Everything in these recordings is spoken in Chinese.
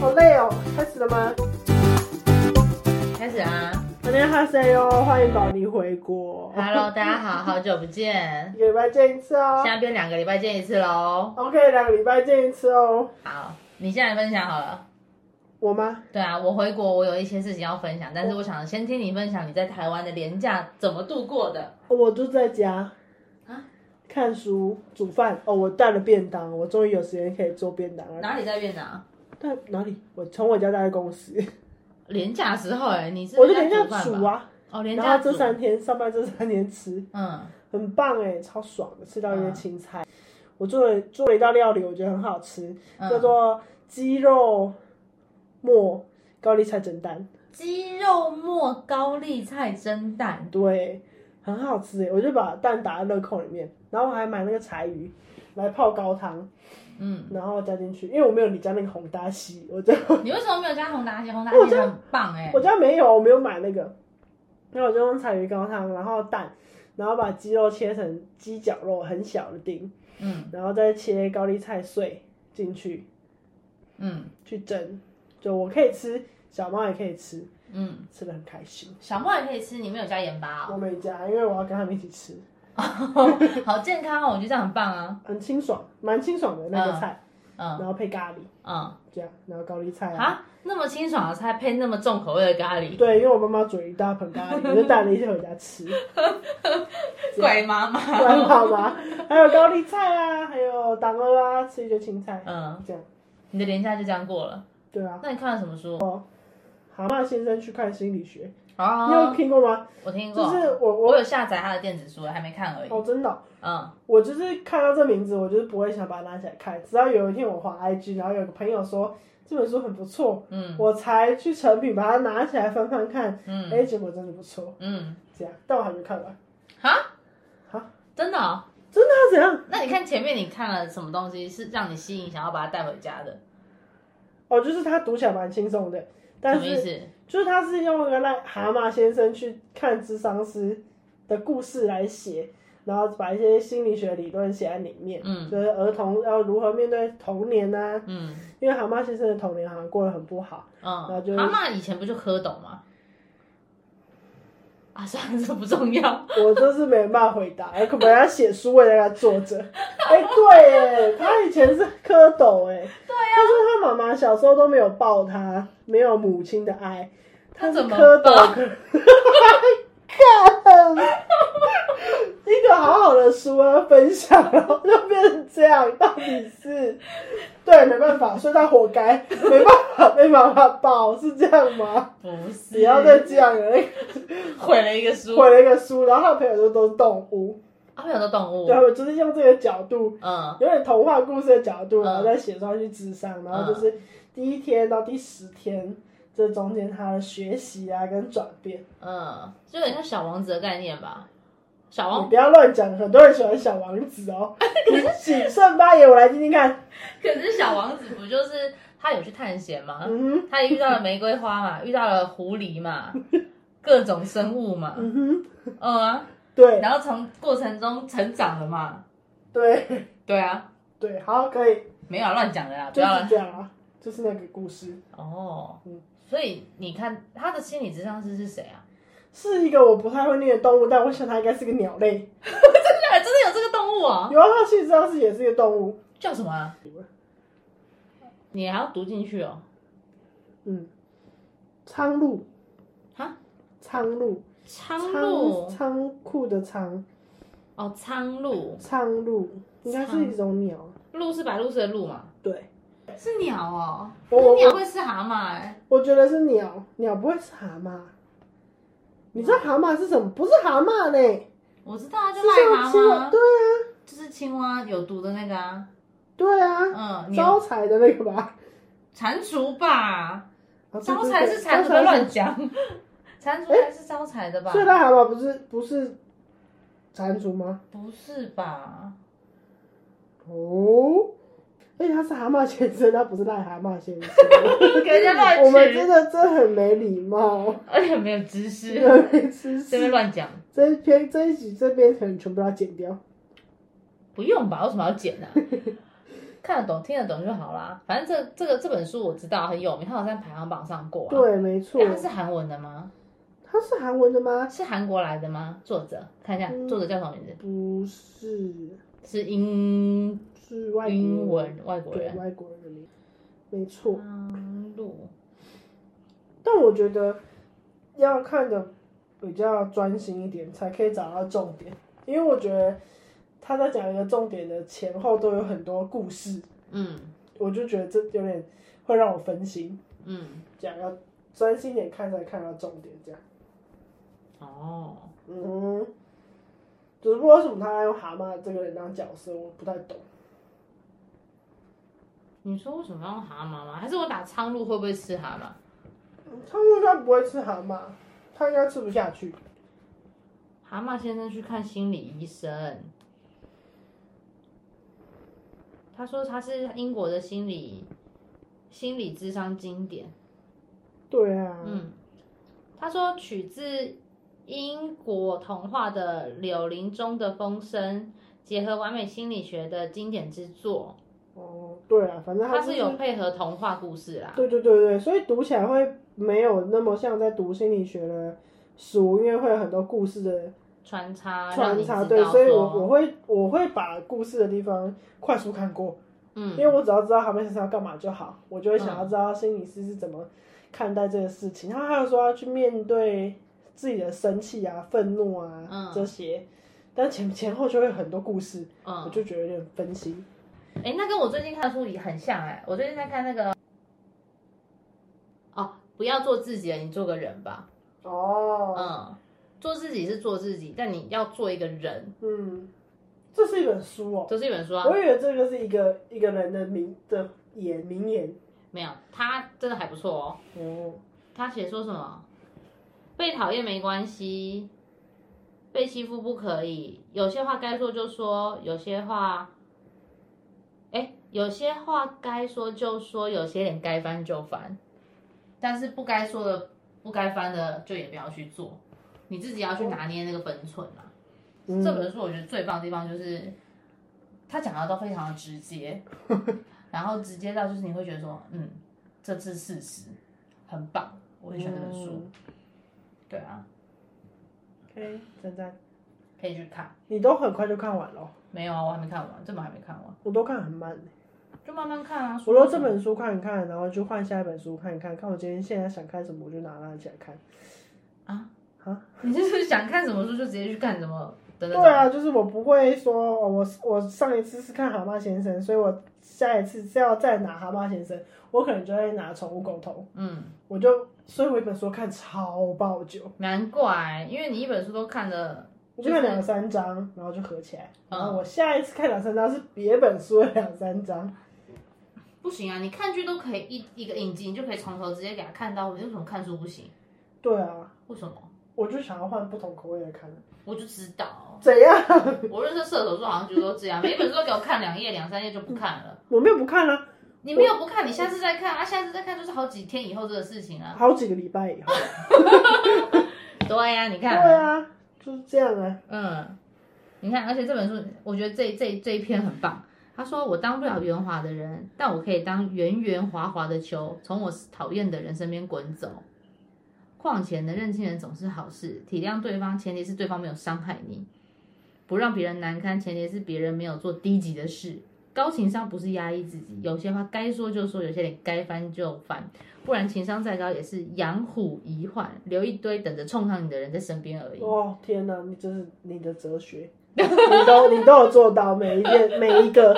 哦了吗？开始啊大家好，谁哟？欢迎宝妮回国， ！Hello，大家好，好久不见一，个礼拜见一次哦现。在变两个礼拜见一次喽。 OK，两个礼拜见一次哦。好，你先来分享好了。我吗？对啊，我回国，我有一些事情要分享，但是我想先听你分享你在台湾的廉假怎么度过的。哦我就在家啊看书、煮饭。哦，我带了便当，我终于有时间可以做便当了。哪里在越南？带哪里？我从我家带到公司，廉假时候哎、你是我就在连假煮饭吧煮，啊。哦，廉然假后这煮，三天上班这三天吃，嗯，很棒哎，超爽的，吃到啊一些青菜。我做了做了一道料理，我觉得很好吃，嗯叫做鸡肉末高丽菜蒸蛋，鸡肉末高丽菜蒸 蛋，对，很好吃哎。我就把蛋打在热扣里面，然后我还买那个柴鱼来泡高汤，嗯，然后加进去，因为我没有你家那个红达西，我就你为什么没有加红达蟹？红达我蟹这样很棒哎、我家没有，我没有买那个，那我就用柴鱼高汤，然后蛋，然后把鸡肉切成鸡脚肉很小的丁，嗯然后再切高丽菜碎进去嗯去蒸，就我可以吃，小猫也可以吃，嗯，吃的很开心。小莫也可以吃，你没有加盐巴哦 我。没加，因为我要跟他们一起吃，好健康哦，我觉得这样很棒啊。很清爽，蛮清爽的那个菜，嗯然后配咖喱嗯，这样，然后高丽菜啊。啊，那么清爽的菜配那么重口味的咖喱，对，因为我妈妈煮了一大盆咖喱，我就 带了一些回家吃， 怪妈妈。不然好 吗？还有高丽菜啊，还有党鹅啊，吃一些青菜，嗯，这样。你的年假就这样过了。对啊，那你看了什么书？蛤蟆先生去看心理学，你有哦，听过吗？我听就过，是我我我有下载他的电子书，还没看而已。哦，真的哦、嗯我就是看到这名字，我就是不会想把它拿起来看。直到有一天我滑 IG，然后有个朋友说这本书很不错，嗯我才去成品把它拿起来翻翻看。哎、嗯结果真的不错，嗯，这样，但我还没看完。哈哈，真的哦？真的要怎样？那你看前面你看了什么东西是让你吸引想要把它带回家的？哦，就是它读起来蛮轻松的，什但么意是思？就是它是用那个癞蛤蟆先生去看智商师的故事来写，然后把一些心理学理论写在里面。嗯就是儿童要如何面对童年啊，嗯因为蛤蟆先生的童年好像过得很不好，嗯，后就是蛤蟆以前不就蝌蚪吗？啊，算了，这不重要。我真是没办法回答。哎，可本来要写书，为了他作者。哎，对，哎，他以前是蝌蚪，哎，对啊呀、他说他妈妈小时候都没有抱他，没有母亲的爱，他是他怎么蝌抱蚪。看，一个好好的书啊，分享，然后就变成这样，到底是？对，没办法，所以他活该，没办法被妈妈抱，是这样吗？不是，不要再这样了， 哎毁了一个书。毁了一个书，然后他的朋友就都是动物。啊，会有的动物。对，他们就是用这个角度，嗯有点童话故事的角度，嗯然后再写出来去智商，然后就是第一天到第十天这中间他的学习啊跟转变，嗯，就有点像小王子的概念吧。小你王，不要乱讲，很多人喜欢小王子哦。你谨慎发言，我来听听看。可是小王子不就是他有去探险吗？嗯他遇到了玫瑰花 嘛，遇到了狐狸嘛，各种生物嘛，哼，嗯嗯啊，哼，对然后从过程中成长了嘛。对对啊，对，好，可以，没有啊乱讲的啦，不就是要乱。这样啊，就是那个故事，哦嗯，所以你看他的心理智商师是谁啊？是一个我不太会念的动物，但我想它应该是个鸟类。真的真的有这个动物哦，有啊，它其实上是也是一个动物，叫什么啊？你还要读进去哦？嗯，苍鹭，哈，苍鹭。苍鹭仓库的仓，哦，苍鹭，苍鹭应该是一种鸟。鹭是白鹭鸶的鹭嘛？对，是鸟哦，我我那鸟会吃蛤蟆哎、我觉得是鸟，鸟不会是蛤蟆。你知道蛤蟆是什么？不是蛤蟆嘞，我知道啊，就是癞像蛤青蛙。蟆，对啊，就是青蛙有毒的那个啊，对啊，嗯，招鸟财的那个吧。蟾蜍吧，啊对招对财对是蟾蜍，招不要财 乱讲，蟾蜍才是招财的吧？所以它蛤蟆不是啊不是蟾蜍吗？不是 吧？哦。而且它是蛤蟆先生，它不是癞蛤蟆 先生。人家乱我们取，真的真很没礼貌， 而且没有知 真识，的没知这边识。乱讲，这一篇这一集这边可能全部都要剪掉。 不用吧？为什么要剪呢、啊？看得懂、听得懂就好啦。反正这这个这本书我知道很有名，它好像在排行榜上过、啊。对，没错诶，。它是韩文的吗？它是韩文的吗？是韩国来的吗？作者看一下，嗯作者叫什么名字？不是，是英是外国人英文外国对人。外国人的名字，没错。嗯路但我觉得要看的比较专心一点，才可以找到重点。因为我觉得他在讲一个重点的前后都有很多故事，嗯我就觉得这有点会让我分心。嗯，讲要专心一点看，才看到重点。这样，哦，嗯，只不过为什么他要用蛤蟆这个人当角色，我不太懂。你说为什么要用蛤蟆吗？还是我打苍鹭会不会吃蛤蟆？他们应该不会吃蛤蟆，他应该吃不下去。蛤蟆先生去看心理医生，他说他是英国的心理心理智商经典。对啊，嗯，他说取自英国童话的《柳林中的风声》，结合完美心理学的经典之作。哦，对啊，反正它他就是有配合童话故事啦。对对对对，所以读起来会没有那么像在读心理学的书，因为会有很多故事的穿插，让穿你知插。道对，所以我说我会我会把故事的地方快速看过，嗯因为我只要知道他们身上要干嘛就好，我就会想要知道心理师是怎么看待这个事嗯情。他还有说要去面对自己的生气啊、愤怒啊、嗯这些，但前前后就会有很多故事，我嗯，就觉得有点分心。哎、那跟我最近看的书也很像哎、我最近在看那个，哦，不要做自己了，你做个人吧。哦，嗯，做自己是做自己，但你要做一个人，嗯，这是一本书哦。这是一本书啊。我以为这个是一个一个人的名的言名言。没有，它真的还不错哦。哦，他写说什么？被讨厌没关系，被欺负不可以。有些话该说就说，有些话，哎，有些话该说就说，有些脸该翻就翻。但是不该说的、不该翻的，就也不要去做。你自己要去拿捏那个分寸啊。嗯这本书我觉得最棒的地方就是，他讲的都非常的直接，然后直接到就是你会觉得说，嗯，这是事实，很棒，我很喜欢这本书。嗯对啊， OK，赞赞，可以去看。你都很快就看完了，哦没有啊，我还没看完，这本还没看完，我都看很慢。就慢慢看啊。我说这本书看一看，然后就换下一本书看一看，看我今天现在想看什么，我就拿它起来看。啊啊，你就是想看什么书就直接去看什么的对那种。啊，就是我不会说，哦、我我上一次是看《蛤蟆先生》，所以我下一次是要再拿《蛤蟆先生》，我可能就会拿《宠物狗头》，嗯，我就所以我一本书看超爆久，难怪，因为你一本书都看了，我就看两三章，然后就合起来。然后嗯，我下一次看两三章是别本书的两三章，不行啊，你看剧都可以一一个影集，你就可以从头直接给它看到尾，你为什么看书不行？对啊，为什么？我就想要换不同口味的看，我就知道，怎样？ 我认识射手座好像就都这样，每一本书都给我看两页、两三页就不看了。我没有不看啊，你没有不看，你下次再看啊，下次再看就是好几天以后的事情啊。好几个礼拜以后。对呀、你对看，啊，就是这样啊。嗯，你看，而且这本书，我觉得这这这一篇很棒。他说：“我当不了圆滑的人，但我可以当圆圆滑滑的球，从我讨厌的人身边滚走。况且能认清人总是好事，体谅对方，前提是对方没有伤害你，不让别人难堪，前提是别人没有做低级的事。高情商不是压抑自己，有些话该说就说，有些脸该翻就翻，不然情商再高也是养虎遗患，留一堆等着冲上你的人在身边而已。”哦天哪，你真是你的哲学， 你都你都有做到每一 件每一个。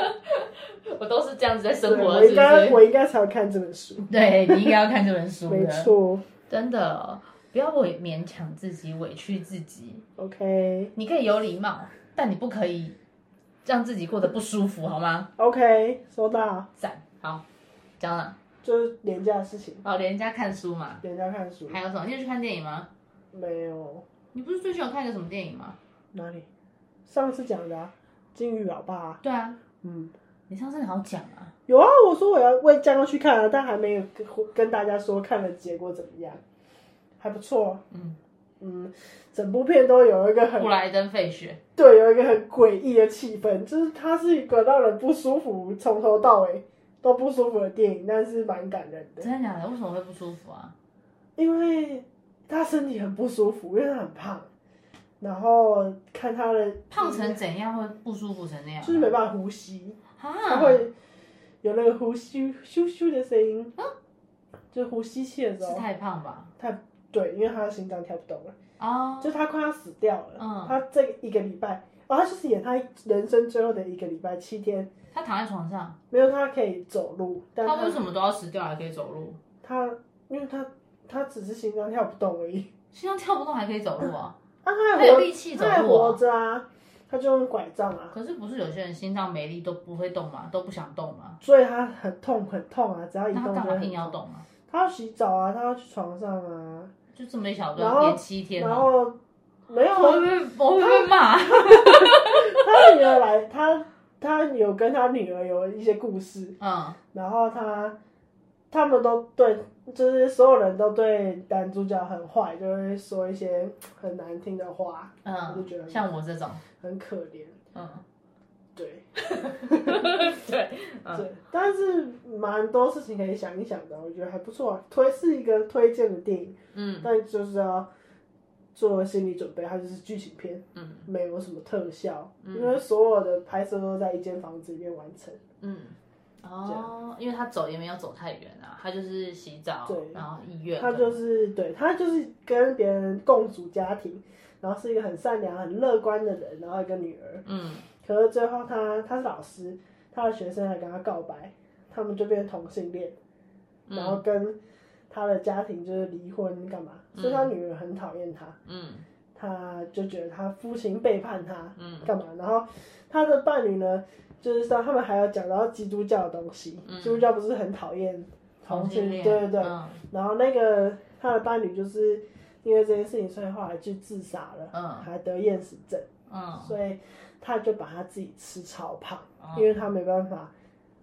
我都是这样子在生对，活我的，是应不该是？我应该才会看这本书。对你应该要看这本书没的，错真的不要委勉强自己、委屈自己。 ，OK 你可以有礼貌，但你不可以让自己过得不舒服，好吗？ OK，收到，赞，好，讲了。就是廉价的事情，哦，连家看书嘛，廉价看书还有什么？你有去看电影吗？没有你不是最喜欢看一个什么电影吗？哪里，上次讲的啊，金鱼老爸啊、对啊，嗯。你上次好像讲啊，有啊，我说我要为将要去看啊，但还没有跟跟大家说看了结果怎么样，还不错。嗯，嗯，整部片都有一个很布莱登费雪，对，有一个很诡异的气氛，就是它是一个让人不舒服，从头到尾都不舒服的电影，但是蛮感人的，真的假的？为什么会不舒服啊？因为他身体很不舒服，因为他很胖，然后看他的胖成怎样会不舒服成那样？就是没办法呼吸，他啊，会有那个呼吸咻咻的声音，就呼吸气的时嗯是候，太胖吧？他对，因为他的心脏跳不动了。哦，就他快要死掉了。嗯他这一个礼拜，哦，他就是演他人生最后的一个礼拜七天，他躺在床上，没有他可以走路，但他他为什么都要死掉还可以走路？他因为他他只是心脏跳不动而已，心脏跳不动还可以走路啊？啊，他他还有活力气走他还路活啊？着啊，他就用拐杖啊，可是不是有些人心脏没力都不会动吗？都不想动吗？所以他很痛很痛啊，只要那一他动就干会嘛很硬要痛。动啊？他要洗澡啊，他要去床上啊，就这么一小然个，后连七天然哦，后没有 我啊会被我会被 骂。他女儿来，他他有跟他女儿有一些故事，嗯，然后他他们都对，就是所有人都对男主角很坏，就会说一些很难听的话，我就觉得嗯，像我这种，很可怜。 嗯，对对，嗯对，但是蛮多事情可以想一想的，我觉得还不错、啊。推是一个推荐的电影，嗯但就是要做心理准备，它就是剧情片，嗯没有什么特效，嗯因为所有的拍摄都在一间房子里面完成。嗯，哦，因为他走也没有走太远啊，他就是洗澡对，然后医院，他就是对他就是跟别人共组家庭，然后是一个很善良、很乐观的人，然后一个女儿。嗯，可是最后他他是老师，他的学生来跟他告白，他们就变同性恋，嗯然后跟他的家庭就是离婚干嘛，所以他女儿很讨厌他，嗯他就觉得他父亲背叛他嗯干嘛，然后他的伴侣呢，就是说他们还要讲到基督教的东西，嗯基督教不是很讨厌同性性恋，对对对。嗯然后那个他的伴侣就是因为这件事情，所以后来去自杀了，嗯还得厌食症，嗯所以他就把他自己吃超胖，因嗯为他没办法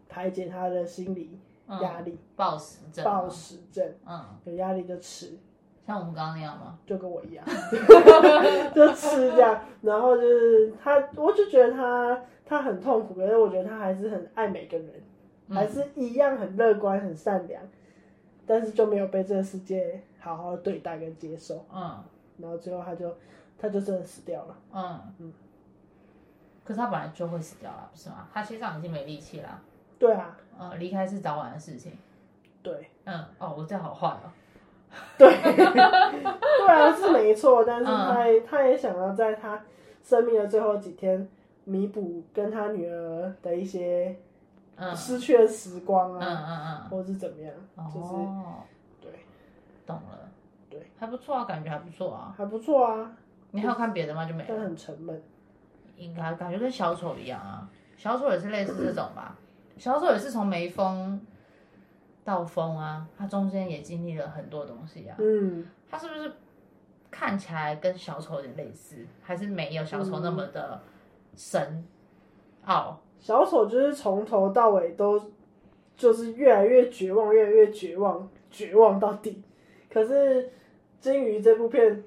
排解他的心理嗯压力，暴食症，暴，食症，嗯，有压力就吃，像我们刚刚那样吗？就跟我一样， 就吃这样。然后就是他，我就觉得他他很痛苦，可是我觉得他还是很爱每个人，嗯还是一样很乐观、很善良，但是就没有被这个世界好好的对待跟接受。嗯然后最后他就他就真的死掉了。嗯嗯可是他本来就会死掉了，不是吗？他心脏已经没力气了，对啊，呃，离开是早晚的事情。对嗯，哦，我这样好坏哦。对对啊，是没错。但是嗯他也、他也想要在他生命的最后几天弥补跟他女儿的一些嗯失去的时光嗯啊，嗯或是怎么样，嗯，就是、哦，对，懂了，对，还不错啊，感觉还不错啊。还不错啊，你还有看别的吗？就没但了。很沉闷。应该感觉跟小丑一样啊，小丑也是类似这种吧。小丑也是从没风到风啊，他中间也经历了很多东西啊。嗯，他是不是看起来跟小丑有点类似，还是没有小丑那么的深嗯奥？小丑就是从头到尾都就是越来越绝望，越来越绝望，绝望到底。可是《金鱼》这部片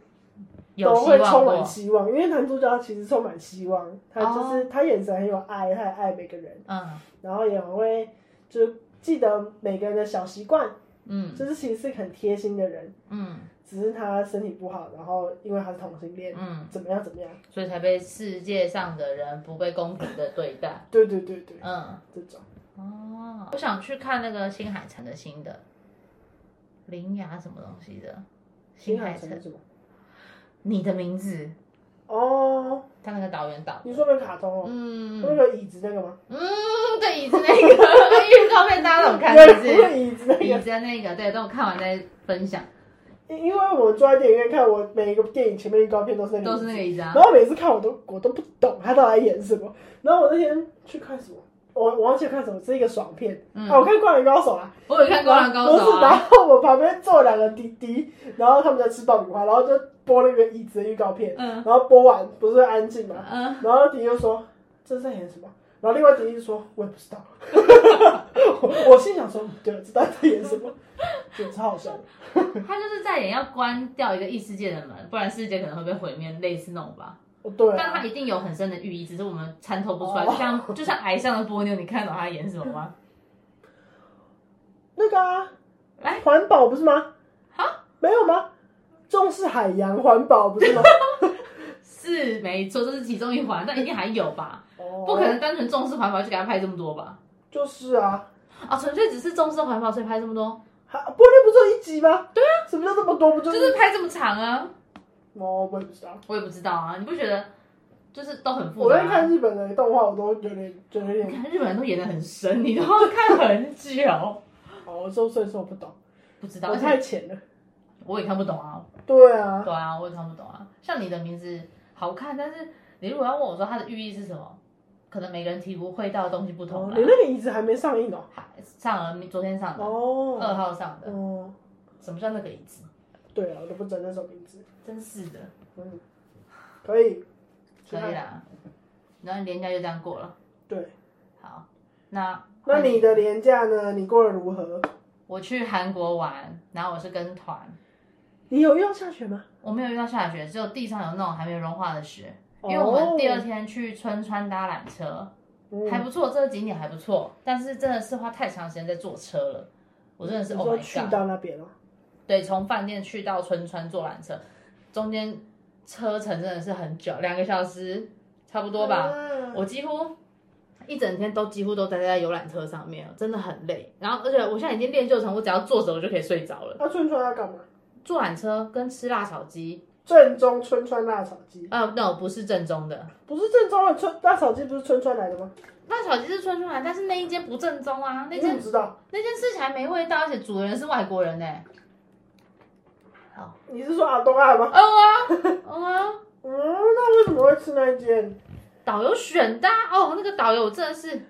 有都希会望哦充满过？希望，因为男主角其实充满希望，他就是、他眼神很有爱，他也爱每个人，哦嗯然后也很会就是记得每个人的小习惯，嗯就是其实是很贴心的人，嗯只是他身体不好，然后因为他是同性恋，嗯，怎么样怎么样，所以才被世界上的人不被公平的对待。对对对对，嗯，这种哦，我想去看那个新海诚的新的《铃芽》什么东西的，新海城诚是，什么？你的名字，哦，他那个导演导的，你说那个卡通哦，嗯那个椅子那个吗？嗯，对椅子那个预告片大家都有看是不 那是？个椅子那椅个，子的那个，对，等我看完再分享，因因为我坐在电影院看，我每一个电影前面预告片都是那个椅子，都是那个椅子啊然，后每次看我都我都不懂他到底在演什么。然后我那天去看什么，我我忘记看什么，是一个爽片、嗯啊，我看《灌篮高手》啦，我有看《灌篮高不手是，》然啊，后我旁边坐两个弟弟，然后他们在吃爆米花，然后就播那个椅子的预告片，嗯然后播完不是会安静嘛，嗯，然后弟弟就说这是在演什么，然后另外 嗯弟弟就说我也不知道，我我心想说对，知道在演什么，这超好笑的。他就是在演要关掉一个异世界的门，不然世界可能会被毁灭，类似那种吧。哦对但啊，他一定有很深的寓意，只是我们参透不出来。哦就像就像癌上的波妞，你看懂他演什么吗？那个啊来，环保不是吗？啊，没有吗？重视海洋环保不 是吗？是没错，这是其中一环，但一定还有吧？哦不可能，单纯重视环保就给他拍这么多吧？就是啊，啊，纯粹只是重视环保，所以拍这么多，还玻璃不就一集吗？对啊，什么叫这么多？不就？就是是拍这么长啊？哦，我也不知道。我也不知道啊，你不觉得就是都很复我杂、在看啊？日本的动画，我都有点觉得有你 点，看日本人都演的很深，你都要看很久，哦，我说岁数我不懂，不知道，我而太且浅了。我也看不懂啊。对啊，对啊，我也看不懂啊。像你的名字好看，但是你如果要问我说它的寓意是什么，可能每个人体会到的东西不同哦啊嗯啦你。那个椅子还没上映哦。还上了昨天上的二哦，号上的，哦，什么叫那个椅子？对啊，我都不知道那首名字。真是的，嗯，可以，可以啦。然后年假就这样过了。对，好，那那你的廉假呢？你过得如何？我去韩国玩，然后我是跟团，你有遇到下雪吗？我没有遇到下雪，只有地上有那种还没有融化的雪。因为我们第二天去春川搭缆车，哦还不错，这个景点还不错，但是真的是花太长时间在坐车了，我真的是你 Oh 说 my 去 god！到那边了，哦对，从饭店去到春川坐缆车，中间车程真的是很久，两个小时差不多吧。啊我几乎一整天都几乎都待在游览车上面，真的很累。然后而且我现在已经练就成，我只要坐着我就可以睡着了。那春川要干嘛？坐缆车跟吃辣炒鸡，正宗春川辣炒鸡，呃，no，不是正宗的。不是正宗的春辣炒鸡，不是春川来的吗？辣炒鸡是春川来，但是那一间不正宗啊，那你间怎么知道？那件事情还没味道，而且主人是外国人呢、好，你是说阿东爱吗？哦啊，哦啊，嗯，那为什么会吃那一间？导游选的啊哦，那个导游真的是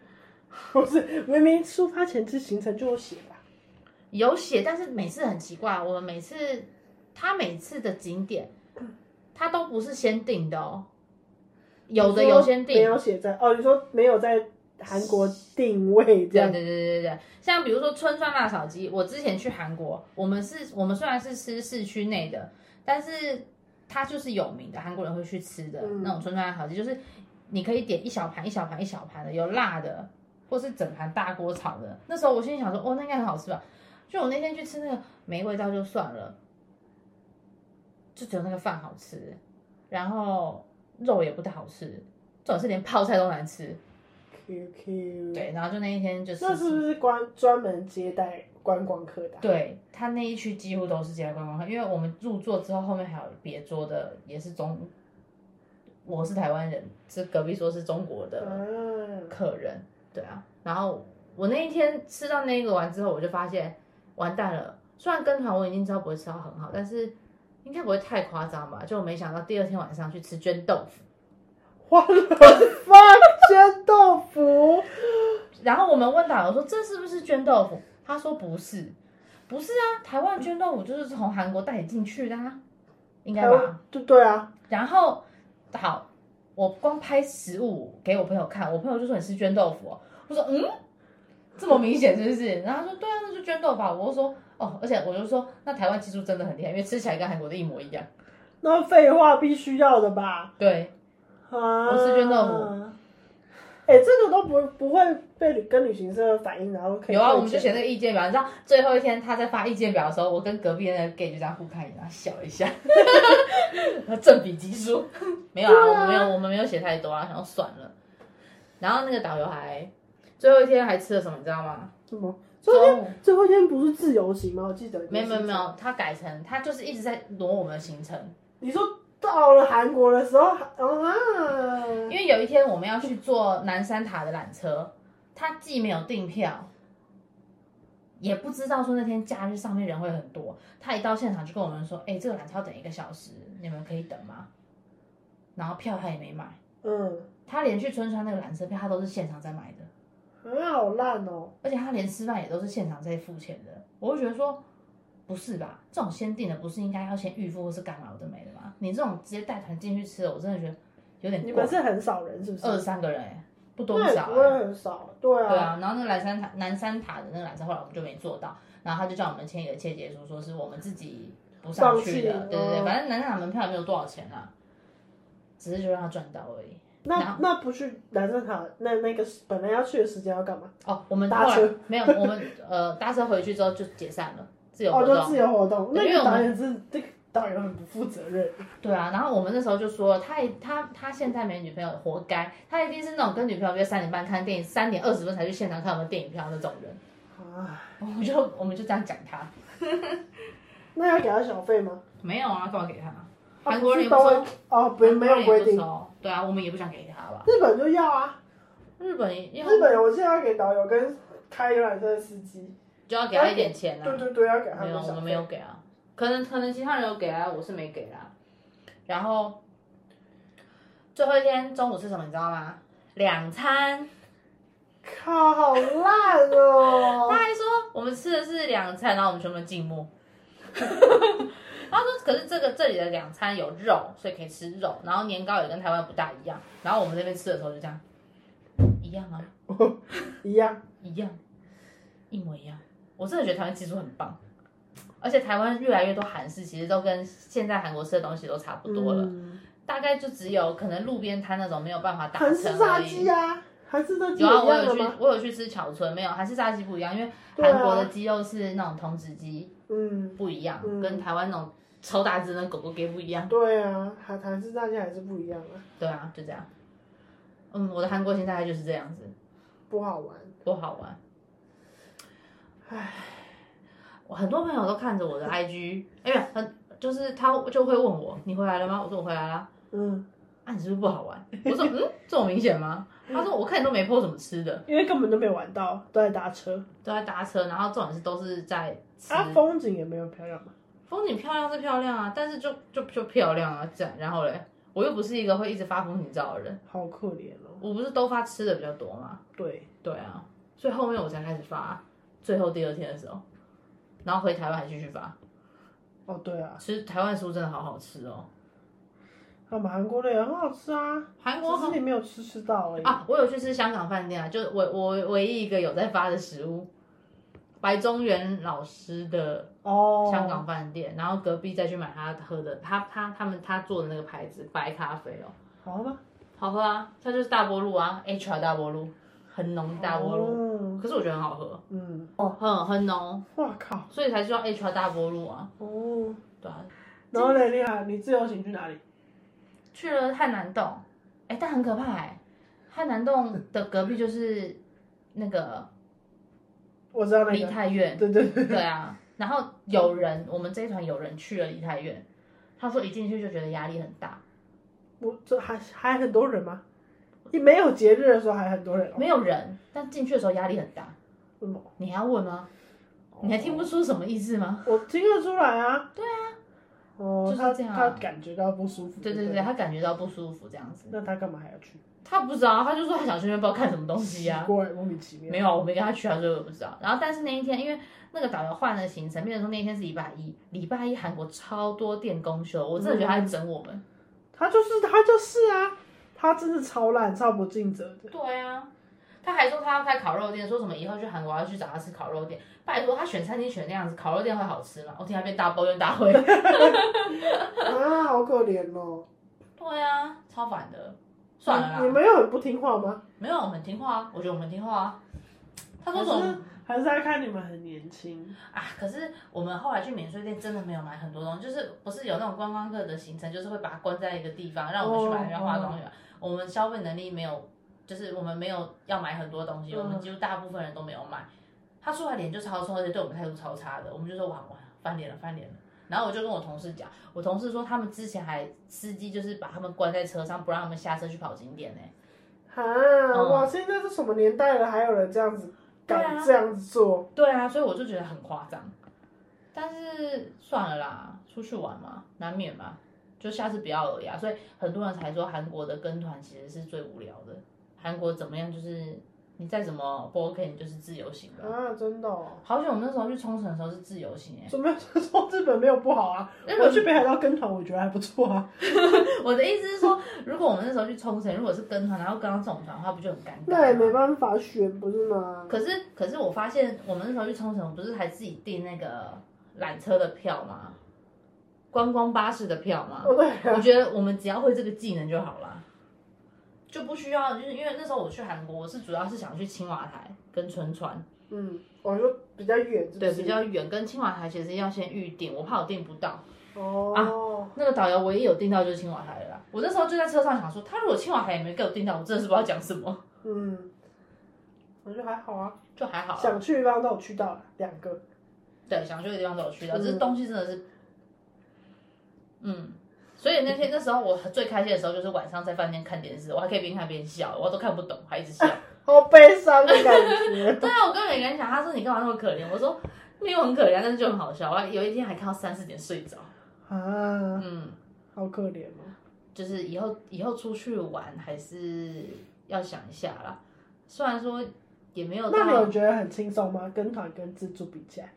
不是，明明出发前之行程就有写吧？有写，但是每次很奇怪，我们每次他每次的景点，他都不是先定的哦，有的你说有先没定。有写在哦。你说没有在韩国定位这对样对对对对对，像比如说春川辣炒鸡，我之前去韩国，我们是我们虽然是吃市区内的，但是它就是有名的，韩国人会去吃的、嗯那种春川辣炒鸡，就是你可以点一小盘一小盘一小盘的，有辣的，或是整盘大锅炒的。那时候我心里想说，哦，那应该很好吃吧？就我那天去吃那个没味道就算了，就只有那个饭好吃，然后肉也不太好吃，重点是连泡菜都难吃。 ？QQ，，对，然后就那一天就那是不是专专门接待观光客的啊？对他那一区几乎都是接待观光客，因为我们入座之后，后面还有别桌的，也是中，我是台湾人，是隔壁桌是中国的嗯， 客人，对啊。然后我那一天吃到那个完之后，我就发现完蛋了。虽然跟团我已经知道不会吃到很好，但是应该不会太夸张吧？就我没想到第二天晚上去吃绢豆腐，花了饭煎豆腐，然后我们问导游说这是不是绢豆腐？他说不是，不是啊，台湾绢豆腐就是从韩国带进去的啊，应该吧？对对啊，然后好，我光拍食物给我朋友看，我朋友就说你是绢豆腐、哦，我说嗯，这么明显是不是？然后他说对啊，那就绢豆腐啊。我就说哦，而且我就说那台湾技术真的很厉害，因为吃起来跟韩国的一模一样。那废话必须要的吧？对，啊，我吃煎豆腐。哎、这个都不不会被旅跟旅行社反映，然后可以有啊，退我们就钱写那个意见表，你知道最后一天他在发意见表的时候，我跟隔壁的那个 gay 就这样互看一眼，然后笑一下， 正比级数。 没有啊，我们没有，我们没有写太多啊，想说算了。然后那个导游还最后一天还吃了什么，你知道吗？什么？最后一天中午最后一天不是自由行吗？我记得没有没有没，有，他改成他就是一直在挪我们的行程，你说到了韩国的时候啊，因为有一天我们要去坐南山塔的缆车，他既没有订票，也不知道说那天假日上面人会很多，他一到现场就跟我们说，哎、这个缆车要等一个小时，你们可以等吗？然后票他也没买，嗯，他连去春川那个缆车票他都是现场在买的，啊，好烂哦、而且他连吃饭也都是现场在付钱的，我就觉得说，不是吧？这种先订的不是应该要先预付或是干嘛有的没的吗？你这种直接带团进去吃的，我真的觉得有点你过们。是很少人是不是？二十三个人、欸，不多不那也少、不啊，会很少，对对啊，啊，然后那个蓝山塔南山塔的那个蓝山，后来我们就没做到，然后他就叫我们签一个切结书，说是我们自己不上去的放，弃对对对，嗯反正南山塔门票也没有多少钱啊，只是就让他赚到而已。然那那不去南山塔，那那个本来要去的时间要干嘛？哦，我们搭后来车没有，我们呃搭车回去之后就解散了，自由活哦，动。就自由活动。对那因为我个们导演是这个导演很不负责任，对啊，然后我们那时候就说，他一他他现在没女朋友，活该，他一定是那种跟女朋友约三点半看电影，三点二十分才去现场看我们电影票那种人。啊，我就我们就这样讲他，哦那要给他小费吗？没有啊，干嘛给他？啊韩国人也不是不都收会，哦，不没有规韩国人也定不，收，对啊，我们也不想给他吧。日本就要啊，日本也因为日本我现在要给导游跟开游览车的司机，就要给他一点钱对啊，对对，要给他没有，们我小们没费。有给啊，可能可能其他人有给啊，我是没给啦。然后最后一天中午吃什么你知道吗？两餐，靠，好烂哦！ 他还说我们吃的是两餐，然后我们全部都静默。 他说：“可是这个这里的两餐有肉，所以可以吃肉，然后年糕也跟台湾不大一样。然后我们这边吃的时候就这样，一样啊，一样，一样，一模一样。我真的觉得台湾技术很棒，而且台湾越来越多韩式，其实都跟现在韩国吃的东西都差不多了，嗯大概就只有可能路边摊那种没有办法打韩式成炸而鸡已。啊，韩式炸鸡有啊，一我样有的去吗？，我有去吃巧村，没有韩式炸鸡不一样，因为对啊韩国的鸡肉是那种童子鸡，嗯，不一样，嗯跟台湾那种超大只的狗狗给不一样。对啊，韩韩式炸鸡还是不一样啊，对啊，就这样。嗯，我的韩国行大概就是这样子，不好玩。多好玩。我很多朋友都看着我 的 IG，哎呀，很就是他就会问我，你回来了吗？我说我回来了。嗯，啊，你是不是不好玩？我说嗯，这么明显吗？他说我看你都没 po 什么吃的，因为根本就没玩到，都在搭车。都在搭车，然后重点是都是在吃。啊，风景也没有漂亮嘛。风景漂亮是漂亮啊，但是就就就漂亮啊，这样然后嘞，我又不是一个会一直发风景照的人，好可怜哦。我不是都发吃的比较多吗？对，对啊，所以后面我才开始发，最后第二天的时候，然后回台湾还继续发。哦对啊，其实台湾食物真的好好吃哦，那我们韩国的也很好吃啊，韩国只是好你没有吃吃到而已。啊，我有去吃香港饭店啊，就是我我我唯一一个有在发的食物，白中原老师的哦，香港饭店，然后隔壁再去买他喝的，他他他们他做的那个牌子白咖啡哦，好吗？好喝啊，它就是大波路啊，HR 大波路，很浓的大波路，路。可是我觉得很好喝，哦嗯，哦，很很浓，哇靠。所以才叫 HR 大波路啊，哦，对啊，然后嘞，厉害，你自由行去哪里？去了汉南洞，哎、但很可怕哎、汉南洞的隔壁就是那个我知道那梨个。泰院， 对对对。对啊。然后有人，我们这一团有人去了梨泰院，他说一进去就觉得压力很大，我这还还很多人吗？你没有节日的时候还很多人、哦？没有人，但进去的时候压力很大。为什么？你还要问吗？你还听不出什么意思吗？我听得出来啊。对啊。哦，就是他这样啊他感觉到不舒服。对对对对，。他感觉到不舒服这样子，那他干嘛还要去？他不知道，他就说他想去那边不知道看什么东西呀、啊。奇怪，莫名其妙。没有啊，我没跟他去啊，所以我也不知道。然后，但是那一天，因为那个导游换了行程，变成说那一天是礼拜一，礼拜一韩国超多电工休，我真的觉得他在整我们。他就是他就是啊，他真的超烂，超不尽责的。对啊，他还说他要开烤肉店，说什么以后去韩国要去找他吃烤肉店。拜托，他选餐厅选那样子，烤肉店会好吃吗？我听他变大抱怨大会。 啊，好可怜哦。对啊，超烦的。算嗯了你你啦，没有很不听话吗？没有，我们很听话啊，我觉得我们很听话啊。他说还什么是？还是在看你们很年轻。啊，可是我们后来去免税店真的没有买很多东西，就是不是有那种观光客的行程，就是会把它关在一个地方，让我们去买那个化妆品嘛。我们消费能力没有，就是我们没有要买很多东西，我们嗯几乎大部分人都没有买。他出来脸就超臭，而且对我们态度超差的，我们就说哇哇翻脸了翻脸了。然后我就跟我同事讲，我同事说他们之前还司机就是把他们关在车上，不让他们下车去跑景点呢、啊，哇！现在是什么年代了，还有人这样子嗯对敢啊这样子做？对啊，所以我就觉得很夸张。但是算了啦，出去玩嘛，难免嘛，就下次不要而已啊。所以很多人才说韩国的跟团其实是最无聊的，韩国怎么样就是你再怎么不 OK，你就是自由行了。啊，真的、哦。好久我们那时候去冲绳的时候是自由行哎、怎么样说日本没有不好啊？日我去北海道跟团，我觉得还不错啊。 我的意思是说，如果我们那时候去冲绳，如果是跟团，然后跟到这种团的话，不就很尴尬？那也没办法选，不是吗？可是可是我发现，我们那时候去冲绳，我不是还自己订那个缆车的票吗？观光巴士的票吗？哦，对 我啊，觉得我们只要会这个技能就好了，就不需要就是因为那时候我去韩国，我是主要是想去青瓦台跟春川，嗯，我说比较远，是不对，是比较远，跟青瓦台其实要先预定，我怕我订不到。哦。啊那个导游唯一有订到就是青瓦台了啦，我那时候就在车上想说，他如果青瓦台也没给我订到，我真的是不知道讲什么，嗯，我觉得还好啊，就还好啦。想去的地方都有去到了两个。对，想去的地方都有去到，嗯只是东西真的是，嗯，所以那天那时候我最开心的时候就是晚上在饭店看电视，我还可以边看边笑，我都看不懂，还一直笑。好悲伤的感觉。 对啊，我跟每个人讲，他说你干嘛那么可怜？我说没有很可怜啊，但是就很好笑。我还有一天还看到三四点睡着，啊，嗯，好可怜哦。就是以后以后出去玩还是要想一下啦，虽然说也没有那你有到啊觉得很轻松吗？跟团跟自助比起来，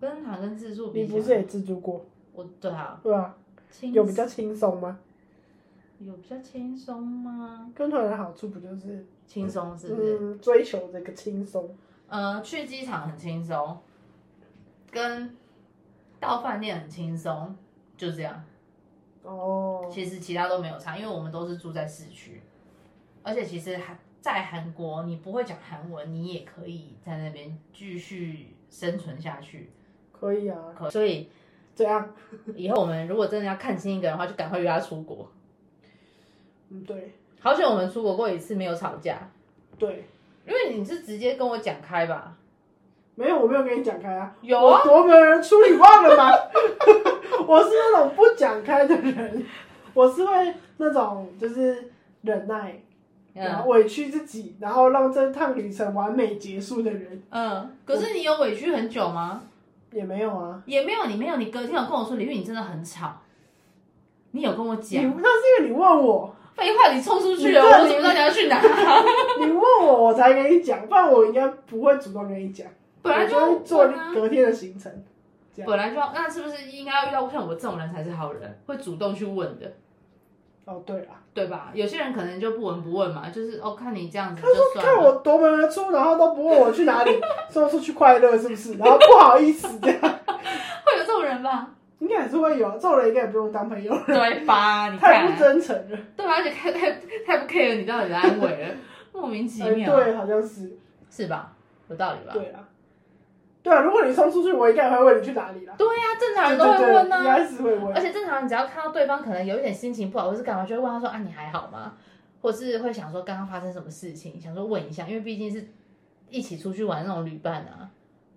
跟团跟自助你比起不是来，也自助过我对啊，对吧？轻有比较轻松吗？有比较轻松吗？跟团的好处不就是轻松是不是？嗯追求这个轻松？呃，去机场很轻松，跟到饭店很轻松，就这样。哦，其实其他都没有差，因为我们都是住在市区，而且其实韩在韩国，你不会讲韩文，你也可以在那边继续生存下去。可以啊，可所以这样，以后我们如果真的要看清一个人的话，就赶快约他出国。嗯，对好险我们出国过一次没有吵架，对，因为你是直接跟我讲开吧。没有，我没有跟你讲开啊，有啊我夺门而出，你忘了吗？ 我是那种不讲开的人，我是会那种就是忍耐，然嗯后委屈自己，然后让这趟旅程完美结束的人，嗯，可是你有委屈很久吗？也没有啊。也没有，你没有，你隔天有跟我说，李玉你真的很吵，你有跟我你讲，那是因为你问我，废话，你冲出去了，你这我怎么知道你要去哪？你问我我才跟你讲，不然我应该不会主动跟你讲。本来就我要会做问啊隔天的行程。本来就要，那是不是应该要遇到像我这种人才是好人，会主动去问的，哦，对啦，对吧？有些人可能就不闻不问嘛，就是哦，看你这样子他说就算看了。我夺门而出，然后都不问我去哪里， 说出去快乐是不是？然后不好意思 这样，会有这种人 吧？应该还是会有，这种人应该也不用当朋友，对吧？你太不看，真诚了。对吧？而且太太太不 care 你到底的安慰 了，莫名其哎，妙，对，好像是，是吧？有道理吧？对啦，对啊，如果你送出去，我应该也会问你去哪里啦。对呀，正常对人对都会对，问应啊。该是会而问。且正常人只要看到对方可能有一点心情不好，或是干嘛，就会问他说：“啊，你还好吗？”或是会想说刚刚发生什么事情，想说问一下，因为毕竟是一起出去玩那种旅伴啊。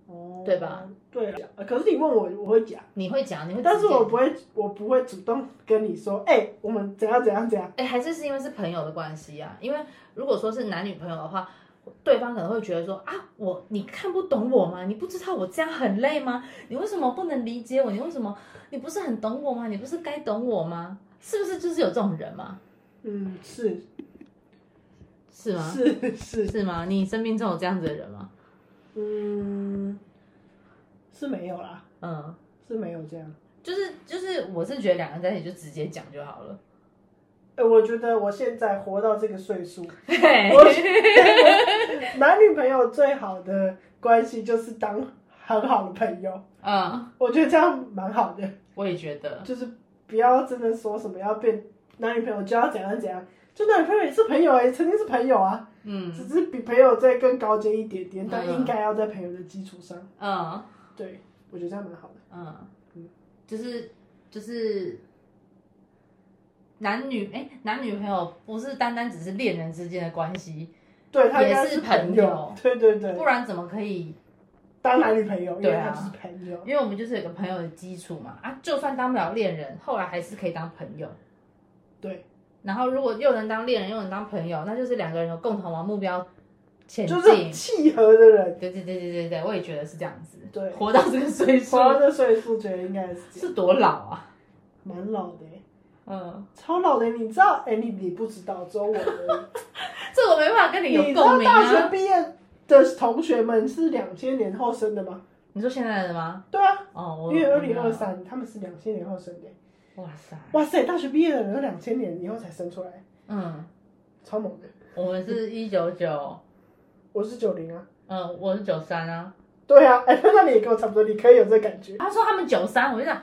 哦对吧？对啦，可是你问我，我会讲，你会讲，你会直接，但是我不会，我不会主动跟你说，哎、我们怎样怎样怎样。哎、还是是因为是朋友的关系啊。因为如果说是男女朋友的话，对方可能会觉得说啊，我你看不懂我吗？你不知道我这样很累吗？你为什么不能理解我？你为什么你不是很懂我吗？你不是该懂我吗？是不是就是有这种人嘛？嗯，是是吗？是是，是吗？你身边真有这样子的人吗？嗯，是没有啦，嗯，是没有这样。就是就是，我是觉得两个人在一起就直接讲就好了。哎、我觉得我现在活到这个岁数，嘿 我男女朋友最好的关系就是当很好的朋友，嗯，我觉得这样蛮好的，我也觉得，就是不要真的说什么要变男女朋友就要怎样怎样，就男女朋友也是朋友哎、曾经是朋友啊，嗯只是比朋友再更高阶一点点，但嗯应该要在朋友的基础上，嗯对我觉得这样蛮好的。嗯，就是就是男女哎、男女朋友不是单单只是恋人之间的关系，对他应该也是朋朋友对对对不，然怎么可以？当男女朋友，因为对啊他就是朋友。因为我们就是有个朋友的基础嘛啊，就算当不了恋人，后来还是可以当朋友。对，然后如果又能当恋人，又能当朋友，那就是两个人有共同往目标前进。就是很契合的人，对对对对对对，我也觉得是这样子。对活到这个岁数活到这岁数，觉得应该是这样是多老啊？蛮老的欸。嗯，超老的，你知道？哎、你你不知道，只有我 而已。这我没办法跟你有你知共道鸣大学啊。毕业的同学们是两千年后生的吗？你说现在的吗？对啊，哦，我因为二零二，三他们是两千年后生的。哇塞，哇塞，大学毕业的人都两千年以后才生出来，嗯，超猛的。我们是一九九，我是九零啊。嗯，我是九三啊。对啊，哎、那你也跟我差不多，你可以有这感觉。他说他们九三，我就想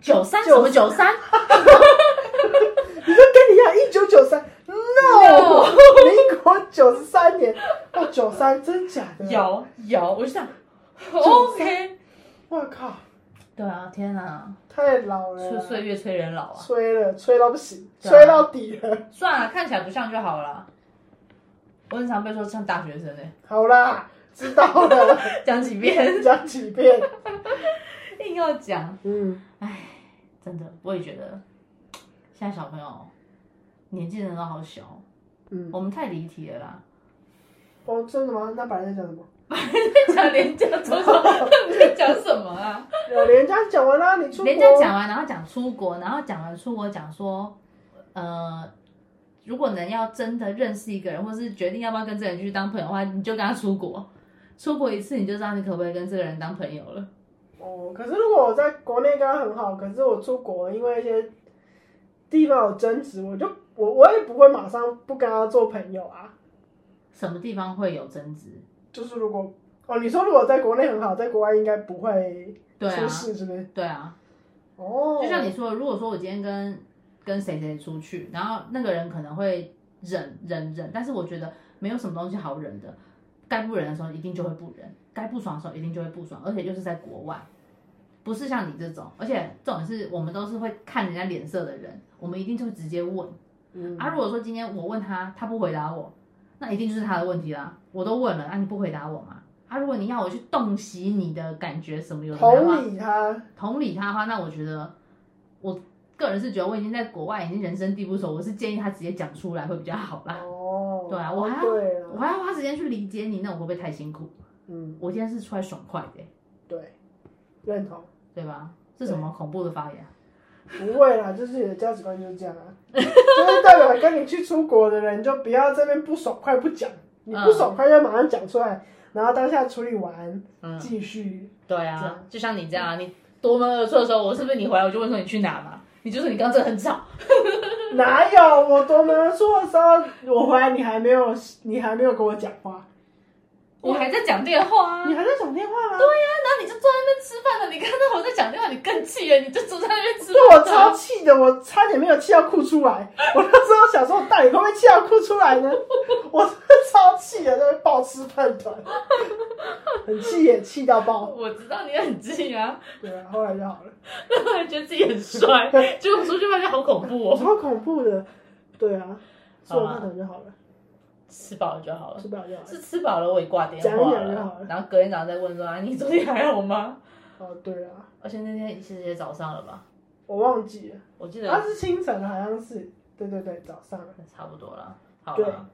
九三什么九三？你就跟你一样，一九九 三，no， No 民国九十三年，哦，九三，真假的？，有嗯有，我 就想 OK。我靠，对啊，天哪，太老了岁啦，岁月催人老啊！吹了，吹到不行，对啊吹到底了。算了，看起来不像就好了。我很常被说像大学生哎、好 啦，知道了，讲几遍讲几遍。硬要讲，嗯，真的，我也觉得现在小朋友年纪真的都好小，嗯我们太离题了啦。哦，真的吗？那白人在讲什么？讲廉价出国，在讲什么啊？有人家讲完啦，你出国。廉价讲完，然后讲出国，然后讲完出国，讲说，呃，如果能要真的认识一个人，或是决定要不要跟这个人去当朋友的话，你就跟他出国，出国一次你就知道你可不可以跟这个人当朋友了。哦，可是如果我在国内跟他很好，可是我出国因为一些地方有争执，我就我我也不会马上不跟他做朋友啊。什么地方会有争执？就是如果哦，你说如果在国内很好，在国外应该不会对啊出，事，是不是？对啊，哦，就像你说，如果说我今天跟跟谁谁出去，然后那个人可能会忍忍忍，但是我觉得没有什么东西好忍的，该不忍的时候一定就会不忍，该不爽的时候一定就会不爽，而且又是在国外，不是像你这种，而且这种是我们都是会看人家脸色的人，我们一定就会直接问嗯啊。如果说今天我问他，他不回答我，那一定就是他的问题啦。我都问了，啊你不回答我嘛？啊，如果你要我去洞悉你的感觉什么有的没的话同理他，同理他的话，那我觉得我个人是觉得我已经在国外已经人生地不熟，我是建议他直接讲出来会比较好啦。哦，对啊我还要对啊我还要花时间去理解你，那我会不会太辛苦？嗯，我今天是出来爽快的欸、对，认同，对吧？是什么恐怖的发言？啊不会啦，就是你的价值观就是这样啊， 就是代表跟你去出国的人，就不要这边不爽快不讲，你不爽快就马上讲出来，然后当下处理完嗯，继续，这对啊样，就像你这样啊，你夺门而出的时候，我是不是你回来我就问说你去哪嘛？你就说你刚刚真的很吵，哪有我夺门而出的时候，我回来你还没有你还没有跟我讲话，我还在讲电话啊。你还在讲电话吗？那你就坐在那边吃饭了，你看到我在讲电话，你更气了，你就坐在那边吃对我饭。超气的，我差点没有气到哭出 来。我那时候想说，我到底会不会气到哭出来呢？ 我真的超气的，在那边暴吃饭团，很气也气到 爆。我知道你很气啊，对啊，后来就好了。突 然觉得自己很帅，结果出去发现好恐怖我哦。 超恐怖的，对啊，吃完饭团就好了，吃饱了就好了吃，不了就好了。是吃饱了我也挂电讲一话讲就好了然后隔天早上再问说啊，你昨天还好吗？哦，对啊，而且那天其实也早上了吧，我忘记了，我记他得是清晨的，好像是，对对对，早上了。差不多了，好对了，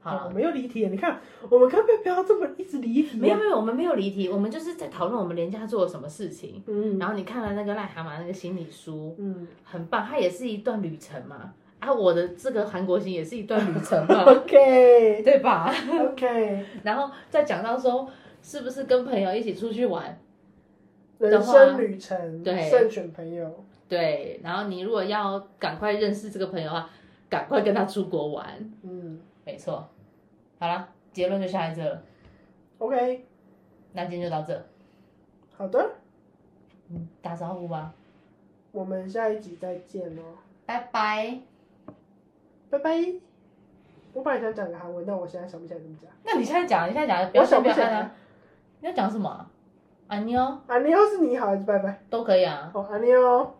好我了。们又离题了，你看，我们可不可以不要这么一直离题、啊？没有没有，我们没有离题，我们就是在讨论我们连假做了什么事情。嗯然后你看了那个癞蛤蟆那个心理书，嗯很棒，它也是一段旅程嘛。啊，我的这个韩国行也是一段旅程 嘛， ，OK 对吧？ OK，然后再讲到说，是不是跟朋友一起出去玩？人生旅程，对慎选朋友。对，然后你如果要赶快认识这个朋友的话，赶快跟他出国玩，嗯没错。好啦，结论就下在这了， ，OK，那今天就到这，好的，嗯，打招呼吧，我们下一集再见哦，拜拜。拜拜。我本来想讲个韩文，但我现在想不起来怎么讲。那你现在讲，你现在讲，不要我想不先不要起看来啊。。你要讲什么啊？啊妞安妞是你好还是拜拜？都可以啊。哦，安妞。